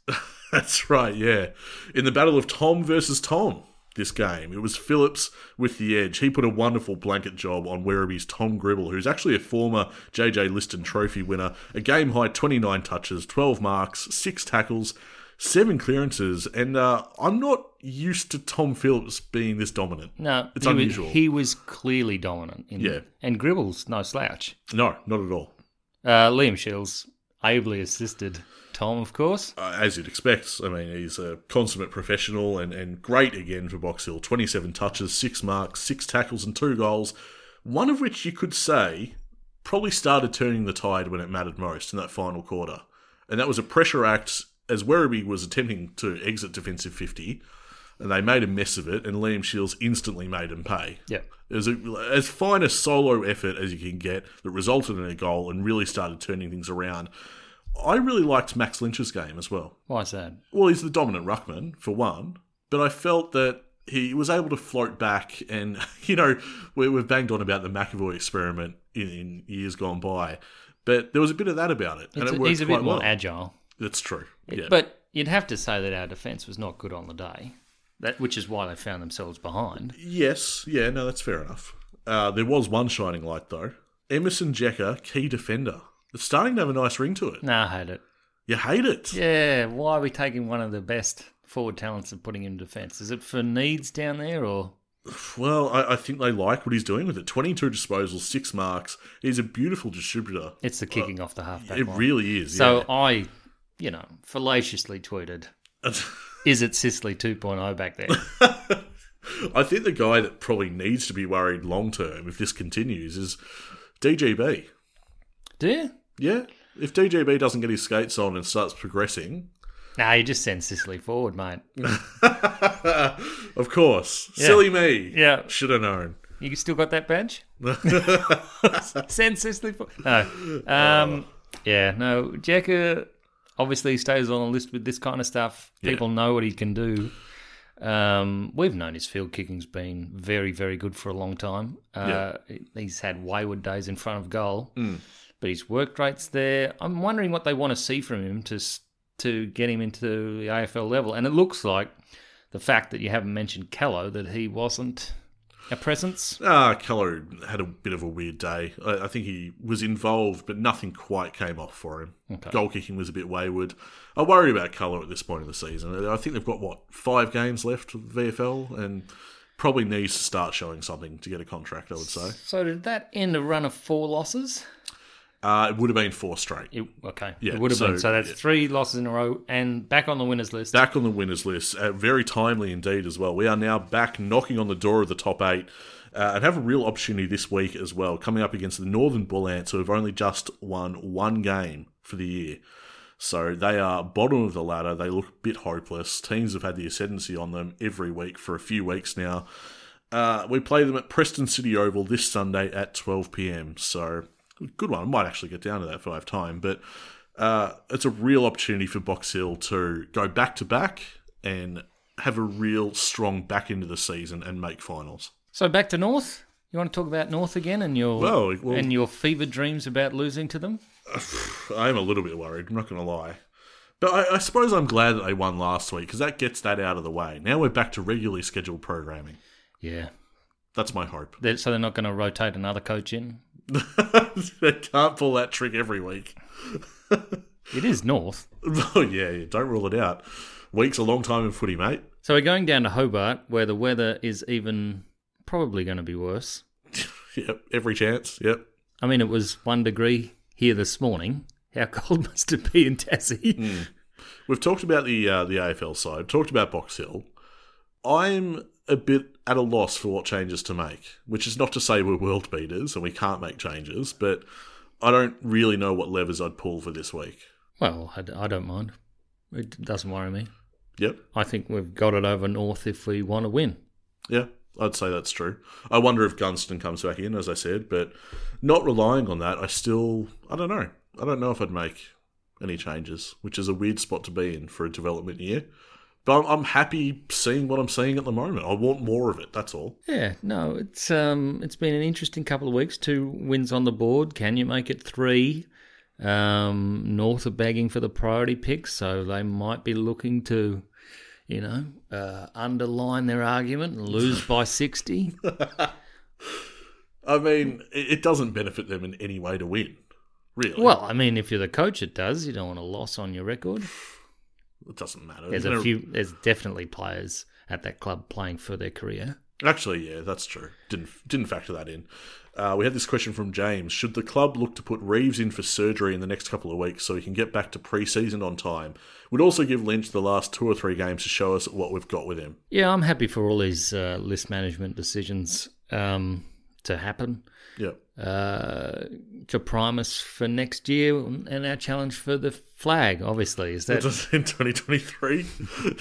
B: That's right, yeah. In the battle of Tom versus Tom this game, it was Phillips with the edge. He put a wonderful blanket job on Werribee's Tom Gribble, who's actually a former JJ Liston Trophy winner. A game high 29 touches, 12 marks, 6 tackles, 7 clearances, and uh, I'm not used to Tom Phillips being this dominant.
C: No,
B: It's
C: he was-
B: unusual.
C: he was clearly dominant. In,
B: Yeah.
C: and Gribble's no slouch.
B: No, not at all.
C: Uh, Liam Shields ably assisted Tom, of course.
B: uh, as you'd expect. I mean, he's a consummate professional and, and great again for Box Hill. 27 touches, six marks, six tackles, and two goals. One of which you could say probably started turning the tide when it mattered most in that final quarter. And that was a pressure act as Werribee was attempting to exit defensive 50. And they made a mess of it, and Liam Shields instantly made him pay.
C: Yeah.
B: It was a, as fine a solo effort as you can get that resulted in a goal and really started turning things around. I really liked Max Lynch's game as well.
C: Why is that?
B: Well, he's the dominant ruckman for one, but I felt that he was able to float back, and you know we, we've banged on about the McAvoy experiment in, in years gone by, but there was a bit of that about it, and
C: It's
B: it
C: a-
B: worked
C: he's a
B: quite
C: bit more
B: well.
C: agile.
B: That's true. Yeah.
C: But you'd have to say that our defence was not good on the day, that which is why they found themselves behind.
B: yes, yeah, no, that's fair enough. Uh, there was one shining light though. Emerson Jecker, key defender. It's starting to have a nice ring to it.
C: Nah, I hate it.
B: You hate it.
C: Yeah, why are we taking one of the best forward talents and putting him in defence? Is it for needs down there or?
B: Well, I, I think they like what he's doing with it. 22 disposals, six marks. He's a beautiful distributor.
C: It's the kicking off the halfback
B: It
C: line.
B: really is.
C: so I, you know, fallaciously tweeted,
B: yeah.
C: "Is it Sicily 2.0 back there?"
B: I think the guy that probably needs to be worried long term if this continues is DGB.
C: Do you?
B: Yeah. If DGB doesn't get his skates on and starts progressing,
C: Nah, you just send Sicily forward, mate.
B: of course, silly me.
C: Yeah.
B: Should have known.
C: You still got that badge? Send Sicily forward. No. Um, yeah, no. Jacker obviously stays on the list with this kind of stuff. People know what he can do. Um, we've known his field kicking's been very, very good for a long time. Uh, He's had wayward days in front of goal, but his work rate's there. I'm wondering what they want to see from him to s- to get him into the AFL level. And it looks like the fact that you haven't mentioned Callow that he wasn't a presence.
B: Ah, Keller had a bit of a weird day. I, I think he was involved, but nothing quite came off for him. Goal kicking was a bit wayward. I worry about Keller at this point in the season. I think they've got what five games left of VFL, and probably needs to start showing something to get a contract. I would say.
C: So did that end a run of four losses?
B: Uh, it would have been four straight.
C: It, okay.
B: Yeah,
C: it would have
B: so-
C: been. So that's
B: yeah.
C: three losses in a row and back on the winners list.
B: back on the winners list, uh, very timely indeed as well. We are now back knocking on the door of the top eight. Uh, and have a real opportunity this week as well, coming up against the Northern Bull Ants, who have only just won one game for the year. So they are bottom of the ladder. They look a bit hopeless. Teams have had the ascendancy on them every week for a few weeks now. Uh, we play them at Preston City Oval this Sunday at 12 p.m. So good one. I might actually get down to that if I have time, but uh, it's a real opportunity for Box Hill to go back to back and have a real strong back into the season and make finals.
C: So back to North. You want to talk about North again and your
B: Well, well-
C: and your fevered dreams about losing to them?
B: I am a little bit worried. I'm not going to lie. But I, I suppose I'm glad that they won last week because that gets that out of the way. Now we're back to regularly scheduled programming.
C: Yeah.
B: That's my hope.
C: They're, so they're not going to rotate another coach in.
B: they can't pull that trick every week.
C: It is North.
B: Oh, yeah, yeah, don't rule it out. Week's a long time in footy, mate.
C: So we're going down to Hobart, where the weather is even probably going to be worse.
B: Yep, every chance. Yep.
C: I mean, it was one degree here this morning. How cold must it be in Tassie?
B: Hmm. We've talked about the uh, the AFL side, talked about Box Hill. I'm a bit at a loss for what changes to make, which is not to say we're world beaters and we can't make changes, but I don't really know what levers I'd pull for this week.
C: Well, I, d- I don't mind. It doesn't worry me.
B: Yep.
C: I think we've got it over North if we want to win.
B: Yeah, I'd say that's true. I wonder if Gunston comes back in, as I said, but not relying on that, I still, I don't know. I don't know if I'd make any changes, which is a weird spot to be in for a development year. But I'm, I'm happy seeing what I'm seeing at the moment. I want more of it. That's all.
C: Yeah, no, it's um, it's been an interesting couple of weeks. Two wins on the board. Can you make it three? Um, North are bagging for the priority pick, so they might be looking to, you know, uh, underline their argument and lose by sixty.
B: I mean, it, it doesn't benefit them in any way to win, really.
C: Well, I mean, if you're the coach, it does. You don't want a loss on your record.
B: it doesn't matter.
C: There's
B: You
C: a
B: know-
C: few. There's definitely players at that club playing for their career.
B: Actually, yeah, that's true. Didn't didn't factor that in. Uh, we had this question from James: Should the club look to put Reeves in for surgery in the next couple of weeks so he can get back to pre-season on time? Would also give Lynch the last two or three games to show us what we've got with him.
C: Yeah, I'm happy for all these uh, list management decisions um, to happen.
B: Yeah,
C: uh, to prime us for next year and our challenge for the flag, obviously. Is that
B: Just in twenty twenty three.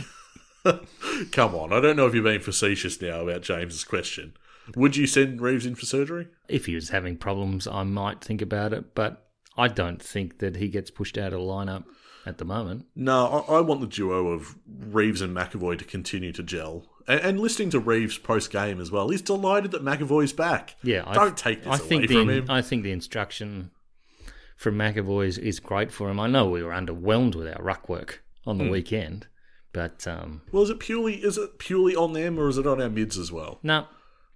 B: Come on, I don't know if you're being facetious now about James's question. Would you send Reeves in for surgery?
C: if he was having problems, I might think about it, but I don't think that he gets pushed out of the lineup at the moment.
B: No, I, I want the duo of Reeves and McAvoy to continue to gel. And, and listening to Reeves post game as well, he's delighted that McAvoy's back.
C: Yeah, I-
B: don't take this
C: I
B: away
C: think the,
B: from him.
C: I think the instruction from McAvoy is, is great for him. I know we were underwhelmed with our ruck work on the
B: Hmm.
C: weekend, but um,
B: well, is it purely is it purely on them or is it on our mids as well?
C: no,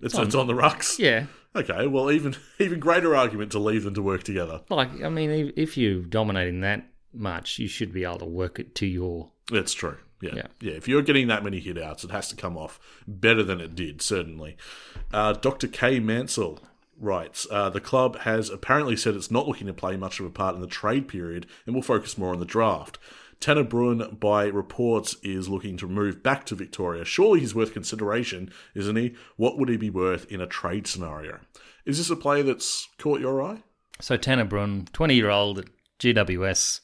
B: It's it's on the rucks.
C: yeah.
B: Okay. Well, even even greater argument to leave them to work together.
C: Like I mean, if, if you're dominating that much, you should be able to work it to your
B: That's true. Yeah. yeah.
C: Yeah.
B: If you're getting that many hit outs, it has to come off better than it did, certainly. Uh, Dr. K. Mansell writes uh, The club has apparently said it's not looking to play much of a part in the trade period and will focus more on the draft. Tanner Bruin, by reports, is looking to move back to Victoria. Surely he's worth consideration, isn't he? What would he be worth in a trade scenario? Is this a player that's caught your eye?
C: So Tanner Brun, 20 year old at GWS,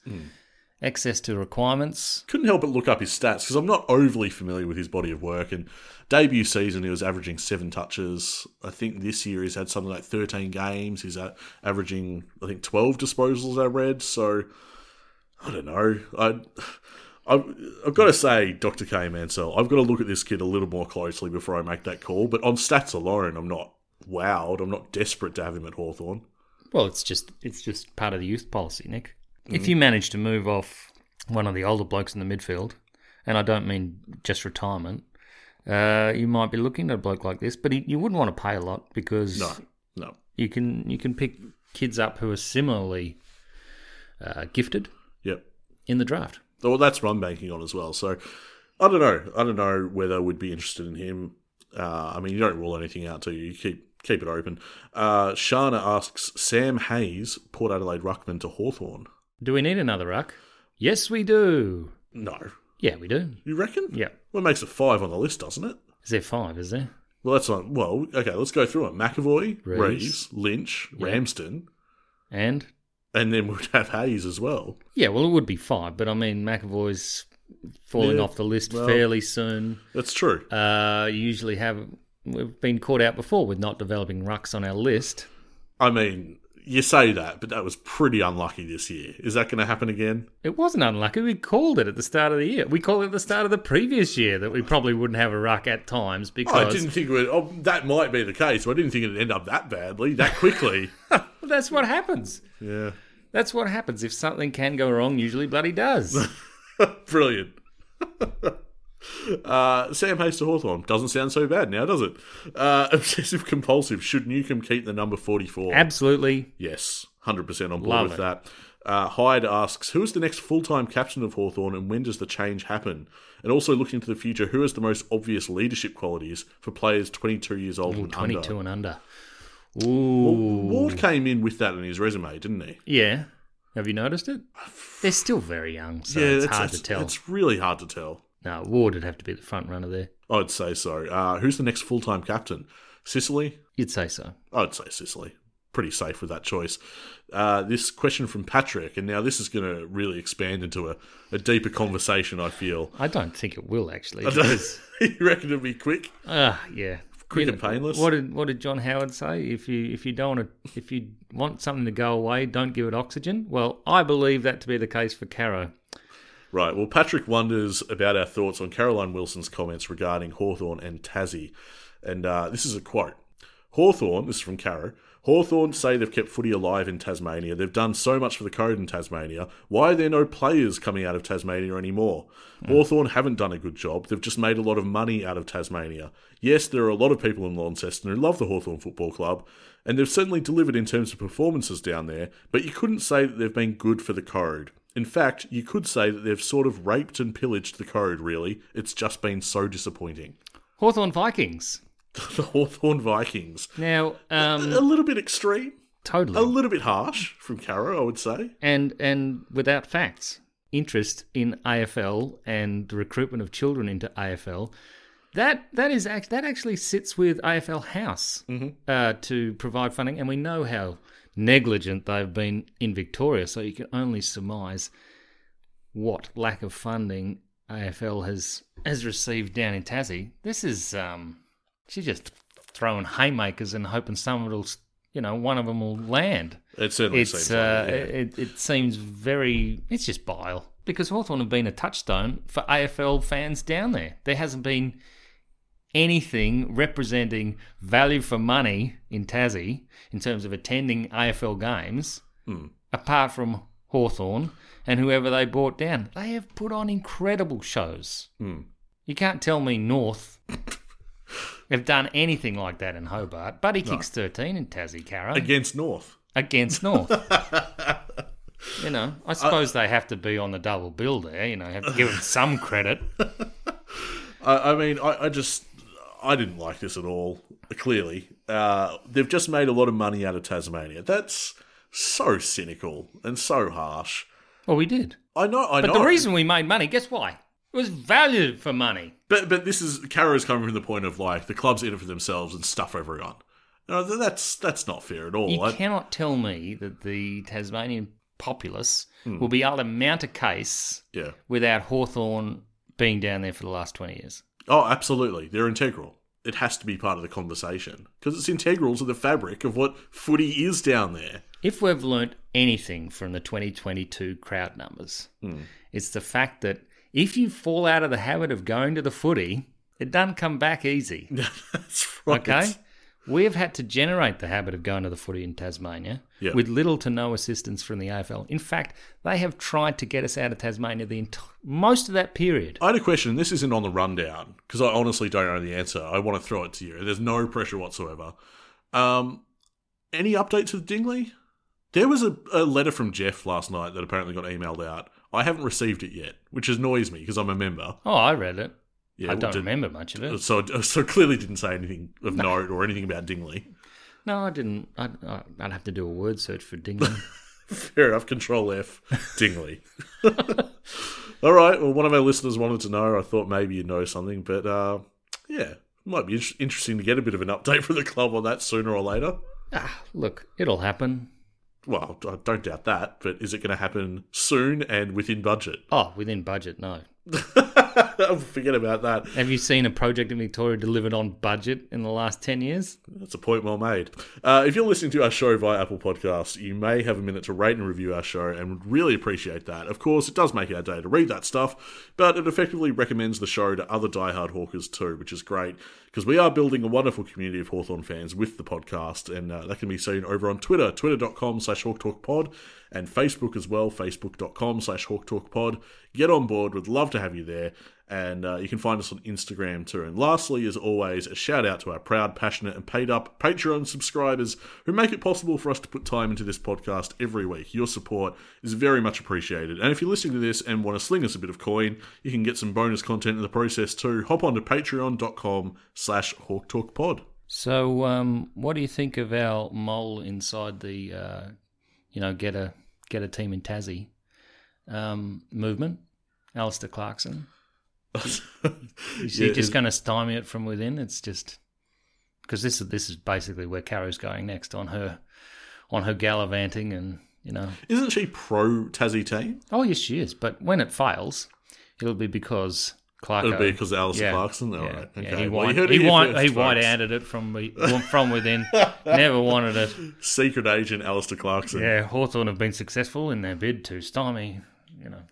C: access to requirements.
B: couldn't help but look up his stats because I'm not overly familiar with his body of work. And debut season, he was averaging seven touches. I think this year he's had something like 13 games. He's at, averaging, I think, 12 disposals. I read. So I don't know. I. I've, I've got to say, Dr. K Mansell, I've got to look at this kid a little more closely before I make that call. But on stats alone, I'm not wowed. I'm not desperate to have him at Hawthorn.
C: Well, it's just it's just part of the youth policy, Nick. If you manage to move off one of the older blokes in the midfield, and I don't mean just retirement, uh, you might be looking at a bloke like this, but he, you wouldn't want to pay a lot because
B: No, no.
C: you can you can pick kids up who are similarly uh, gifted
B: Yep.
C: in the draft.
B: Well, that's what I'm banking on as well. So I don't know. I don't know whether we'd be interested in him. Uh, I mean, you don't rule anything out, do you? You keep keep it open. Uh, Shana asks Sam Hayes, Port Adelaide Ruckman to Hawthorn.
C: Do we need another ruck? Yes, we do.
B: No.
C: Yeah, we do.
B: You reckon?
C: Yeah.
B: Well, it makes it five on the list, doesn't it?
C: Is there five, is there?
B: Well, that's not. Well, okay, let's go through it. McAvoy,
C: Reeves.
B: Reeves, Lynch, Ramsden,
C: And?
B: and then we'd have Hayes as well.
C: Yeah, well, it would be five, but I mean, McAvoy's falling
B: Yeah,
C: off the list
B: well-
C: fairly soon.
B: That's true.
C: Uh, you usually have. We've been caught out before with not developing rucks on our list.
B: I mean, you say that, but that was pretty unlucky this year. Is that going to happen again?
C: It wasn't unlucky. We called it at the start of the year. We called it at the start of the previous year that we probably wouldn't have a ruck at times
B: I
C: because
B: didn't think it would, oh, that might be the case. but I didn't think it'd end up that badly, that quickly.
C: Well, that's what happens.
B: yeah.
C: That's what happens. If something can go wrong, usually bloody does.
B: Brilliant. Uh, Sam Hayes to Hawthorne doesn't sound so bad now, does it? Uh, obsessive compulsive. Should Newcomb keep the number 44?
C: Absolutely.
B: yes, 100% on board
C: Love
B: with
C: it.
B: that. Uh, Hyde asks Who is the next full time captain of Hawthorn, and when does the change happen? And also looking to the future, who has the most obvious leadership qualities for players 22 years old and under?
C: 22 and under. Ooh.
B: Ward came in with that in his resume, didn't he?
C: Yeah. Have you noticed it? They're still very young, so it's
B: that's-
C: hard to
B: that's-
C: tell.
B: It's really hard to tell.
C: No, Ward would have to be the front runner there.
B: I'd say so. Uh, who's the next full time captain? Sicily?
C: You'd say so.
B: I'd say Sicily. Pretty safe with that choice. Uh, this question from Patrick, and now this is going to really expand into a, a deeper conversation, I feel.
C: I don't think it will actually.
B: you reckon it'll be quick?
C: Ah, yeah.
B: Quick and painless.
C: What did what did John Howard say? If you if you don't want to, if you want something to go away, don't give it oxygen. Well, I believe that to be the case for Caro.
B: Right. Well, Patrick wonders about our thoughts on Caroline Wilson's comments regarding Hawthorn and Tassie. And uh, this is a quote Hawthorn, this is from Caro. Hawthorn say they've kept footy alive in Tasmania. They've done so much for the code in Tasmania. Why are there no players coming out of Tasmania anymore? Hawthorn haven't done a good job. They've just made a lot of money out of Tasmania. Yes, there are a lot of people in Launceston who love the Hawthorn Football Club, and they've certainly delivered in terms of performances down there, but you couldn't say that they've been good for the code. In fact, you could say that they've sort of raped and pillaged the code, really. It's just been so disappointing.
C: Hawthorn Vikings.
B: The Hawthorn Vikings.
C: Now, um,
B: A little bit extreme, a
C: totally,
B: little bit harsh from Caro, I would say.
C: and and without facts, interest in AFL and the recruitment of children into AFL. That that is act, that actually sits with AFL House uh, to provide funding, and we know how negligent they've been in Victoria. So you can only surmise what lack of funding AFL has has received down in Tassie. This is um, she's just throwing haymakers and hoping someone will, you know, one of them will land.
B: It certainly
C: It's
B: seems
C: uh,
B: like it, yeah.
C: it, it seems very it's just bile because Hawthorn have been a touchstone for AFL fans down there. There hasn't been anything representing value for money in Tassie in terms of attending AFL games
B: Hmm.
C: apart from Hawthorn and whoever they brought down. They have put on incredible shows.
B: Hmm.
C: You can't tell me North have done anything like that in Hobart. Buddy kicks 13 in Tassie, Cara
B: Against North.
C: against North. you know, I suppose they have to be on the double bill there. You know, have to give them some credit.
B: I, I mean, I, I just I didn't like this at all. Clearly, uh, they've just made a lot of money out of Tasmania. That's so cynical and so harsh.
C: Well, we did,
B: I know, I
C: but
B: know.
C: the reason we made money, guess why? It was valued for money.
B: but but this is Caro's coming from the point of like the club's in it for themselves and stuff everyone. No, th- that's that's not fair at all.
C: You
B: I-
C: cannot tell me that the Tasmanian populace will be able to mount a case
B: yeah.
C: without Hawthorn being down there for the last twenty years.
B: Oh, absolutely. They're integral. It has to be part of the conversation because it's integral to the fabric of what footy is down there.
C: If we've learnt anything from the 2022 crowd numbers,
B: Hmm.
C: it's the fact that if you fall out of the habit of going to the footy, it doesn't come back easy.
B: that's right.
C: Okay? We've had to generate the habit of going to the footy in Tasmania
B: Yeah.
C: with little to no assistance from the AFL. In fact, they have tried to get us out of Tasmania the ent- most of that period.
B: I had a question. This isn't on the rundown because I honestly don't know the answer. I want to throw it to you. There's no pressure whatsoever. Um, any updates with Dingley? There was a, a letter from Jeff last night that apparently got emailed out. I haven't received it yet, which annoys me because I'm a member.
C: Oh, I read it.
B: Yeah,
C: I
B: well,
C: don't
B: did-
C: remember much of it.
B: So, so clearly didn't say anything of note or anything about Dingley.
C: No, I didn't. I, I, I'd have to do a word search for Dingley.
B: Fair enough. Control F, Dingley. All right. Well, one of our listeners wanted to know. I thought maybe you know something, but uh, yeah, might be in- interesting to get a bit of an update from the club on that sooner or later.
C: ah, look, it'll happen.
B: Well, I don't doubt that, but is it going to happen soon and within budget?
C: Oh, within budget, no.
B: Forget about that.
C: Have you seen a project in Victoria delivered on budget in the last 10 years?
B: That's a point well made. Uh, if you're listening to our show via Apple Podcasts, you may have a minute to rate and review our show and would really appreciate that. Of course, it does make our day to read that stuff, but it effectively recommends the show to other diehard hawkers too, which is great because we are building a wonderful community of Hawthorn fans with the podcast, and uh, that can be seen over on Twitter, twitter.com slash hawktalkpod, and Facebook as well, facebook.com slash hawktalkpod. Get on board, would love to have you there and uh, you can find us on Instagram too. And lastly, as always, a shout out to our proud, passionate, and paid up Patreon subscribers who make it possible for us to put time into this podcast every week. Your support is very much appreciated. And if you're listening to this and want to sling us a bit of coin, you can get some bonus content in the process too. Hop on to patreon.com slash hawktalkpod.
C: So, um, what do you think of our mole inside the, uh, you know, get a get a team in Tassie um, movement? Alistair Clarkson. Is he
B: Yeah,
C: just going to stymie it from within? It's just because this is this is basically where Carrie's going next on her on her gallivanting and you know
B: Isn't she pro Tassie team?
C: oh yes she is, but when it fails, it'll be because Clark.
B: It'll be because of Alistair Clarkson. All right. Okay. Well,
C: he
B: you
C: white,
B: heard it
C: he
B: here
C: white,
B: first,
C: he
B: folks.
C: white-handed it from we- from within. Never wanted it.
B: Secret agent Alistair Clarkson.
C: Yeah, Hawthorn have been successful in their bid to stymie. You know,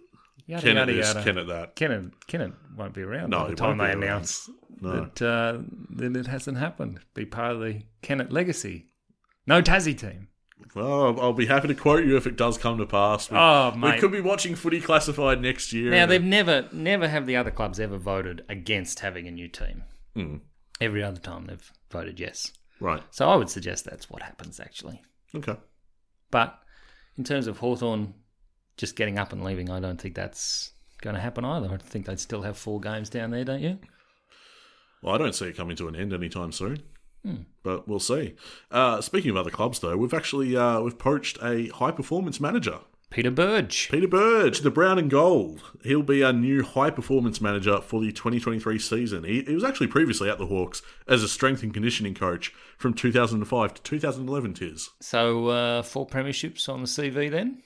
C: yada
B: Ken at
C: yada
B: this,
C: yada.
B: Ken at that.
C: Kennan, Kennan won't be around
B: No,
C: by the
B: he
C: time
B: won't
C: they
B: be around.
C: announce
B: No.
C: that uh, that it hasn't happened. Be part of the Kennett legacy. No Tassie team.
B: Well, Oh, I'll- I'll be happy to quote you if it does come to pass. We,
C: Oh,
B: we
C: mate.
B: could be watching Footy Classified next year.
C: Now they've never, never have the other clubs ever voted against having a new team.
B: Hmm.
C: Every other time they've voted yes.
B: right.
C: So I would suggest that's what happens actually.
B: Okay.
C: But in terms of Hawthorn just getting up and leaving, I don't think that's going to happen either. I think they'd still have four games down there, don't you?
B: Well, I don't see it coming to an end anytime soon,
C: Hmm.
B: but we'll see. Uh, speaking of other clubs, though, we've actually uh, we've poached a high performance manager,
C: Peter Burge.
B: Peter Burge, the Brown and Gold. He'll be our new high performance manager for the 2023 season. He, he was actually previously at the Hawks as a strength and conditioning coach from 2005 to 2011. Tis.
C: So uh, four premierships on the CV then.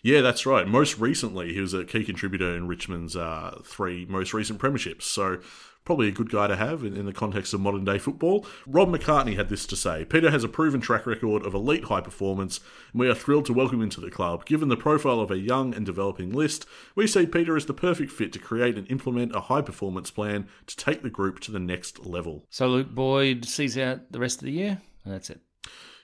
B: Yeah, that's right. Most recently, he was a key contributor in Richmond's uh, three most recent premierships. So, probably a good guy to have in, in the context of modern day football. Rob McCartney had this to say Peter has a proven track record of elite high performance, and we are thrilled to welcome him to the club. Given the profile of a young and developing list, we see Peter as the perfect fit to create and implement a high performance plan to take the group to the next level.
C: So Luke Boyd sees out the rest of the year, and that's it.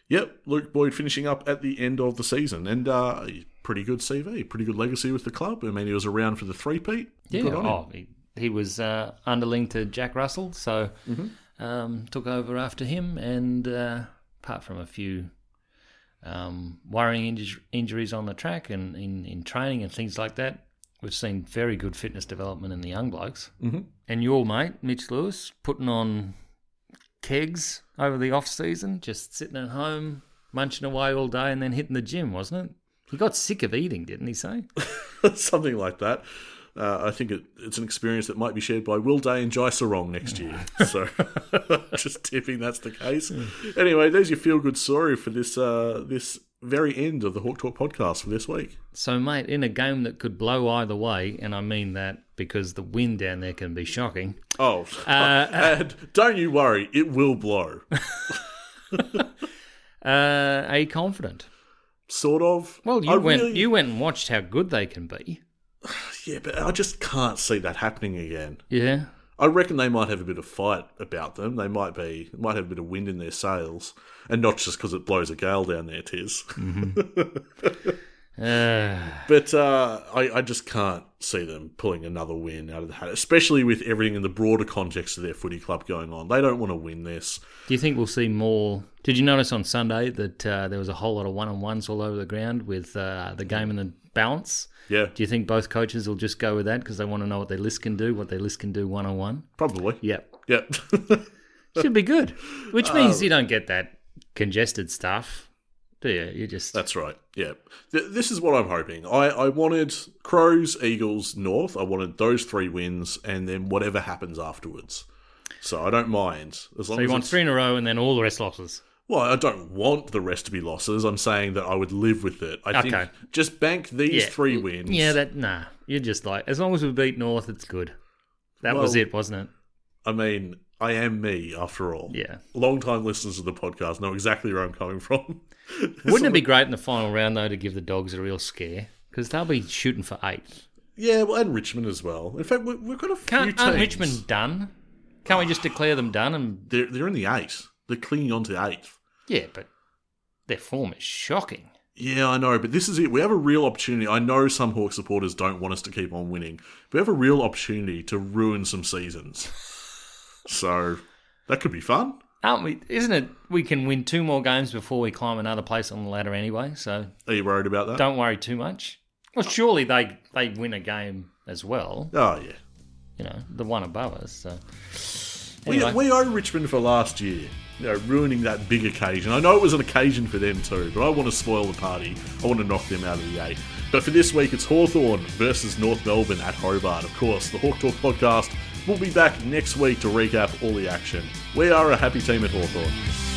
B: Yep, Luke Boyd finishing up at the end of the season, and uh, pretty good CV, pretty good legacy with the club. I mean, he was around for the three-peat. Good on him.
C: oh, he, he was uh, underling to Jack Russell, so
B: Mm-hmm.
C: um, took over after him. And uh, apart from a few um, worrying inj- injuries on the track and in, in training and things like that, we've seen very good fitness development in the young blokes. Mm-hmm. And your mate Mitch Lewis putting on kegs over the off season, just sitting at home munching away all day, and then hitting the gym, wasn't it? He got sick of eating, didn't he? Say.
B: Something like that. Uh, I think it, it's an experience that might be shared by Will Day and Jai Sarong next year. So, just tipping that's the case. Anyway, there's your feel-good story for this uh, this very end of the Hawk Talk podcast for this week.
C: So, mate, in a game that could blow either way, and I mean that because the wind down there can be shocking.
B: Oh, and don't you worry, it will blow.
C: Uh, are you confident?
B: Sort of.
C: Well, you
B: I
C: went
B: really-
C: you went and watched how good they can be.
B: yeah, but I just can't see that happening again.
C: Yeah.
B: I reckon they might have a bit of fight about them. They might be might have a bit of wind in their sails, and not just because it blows a gale down there, tis.
C: Mm. Uh,
B: But uh, I, I just can't see them pulling another win out of the hat, especially with everything in the broader context of their footy club going on. They don't want to win this.
C: do you think we'll see more? Did you notice on Sunday that uh, there was a whole lot of one on ones all over the ground with uh, the game in the balance?
B: Yeah,
C: Do you think both coaches will just go with that because they want to know what their list can do, what their list can do one on one?
B: probably.
C: Yep.
B: Yep. Um,
C: Should be good. Which means you don't get that congested stuff, do you? You just
B: That's right. Yeah. Th- this is what I'm hoping. I, I wanted Crows, Eagles, North. I wanted those three wins and then whatever happens afterwards. So I don't mind. As long
C: so you
B: as
C: want
B: it's-
C: three in a row and then all the rest losses.
B: Well, I don't want the rest to be losses. I'm saying that I would live with it. I
C: Okay.
B: think just bank these
C: Yeah.
B: three wins.
C: Yeah, that nah. You're just like as long as we beat North, it's good. That was
B: Well-
C: it, wasn't
B: I mean, I am me after all.
C: it? Yeah.
B: Long time listeners of the podcast know exactly where I'm coming from.
C: Wouldn't it be great in the final round though to give the dogs a real scare because they'll be shooting for eighth.
B: Yeah, well, and Richmond as well. In fact, we, we've got a few
C: Can't
B: teams.
C: aren't Richmond done? Can't we just declare them done? And
B: They're, they're in the eight. They're clinging on to eighth.
C: yeah, but their form is shocking.
B: Yeah, I know, but this is it. We have a real opportunity. I know some Hawk supporters don't want us to keep on winning. But we have a real opportunity to ruin some seasons. so that could be fun.
C: Aren't we? Isn't it? We can win two more games before we climb another place on the ladder anyway. So
B: Are you worried about that?
C: don't worry too much. Well, surely they they win a game as well.
B: Oh, yeah.
C: You know, the one above us. So
B: We,
C: Anyway.
B: we owe Richmond for last year, you know, ruining that big occasion. I know it was an occasion for them too, but I want to spoil the party. I want to knock them out of the eight. But for this week, it's Hawthorn versus North Melbourne at Hobart. Of course, the Hawk Talk podcast will be back next week to recap all the action. We are a happy team at Hawthorn.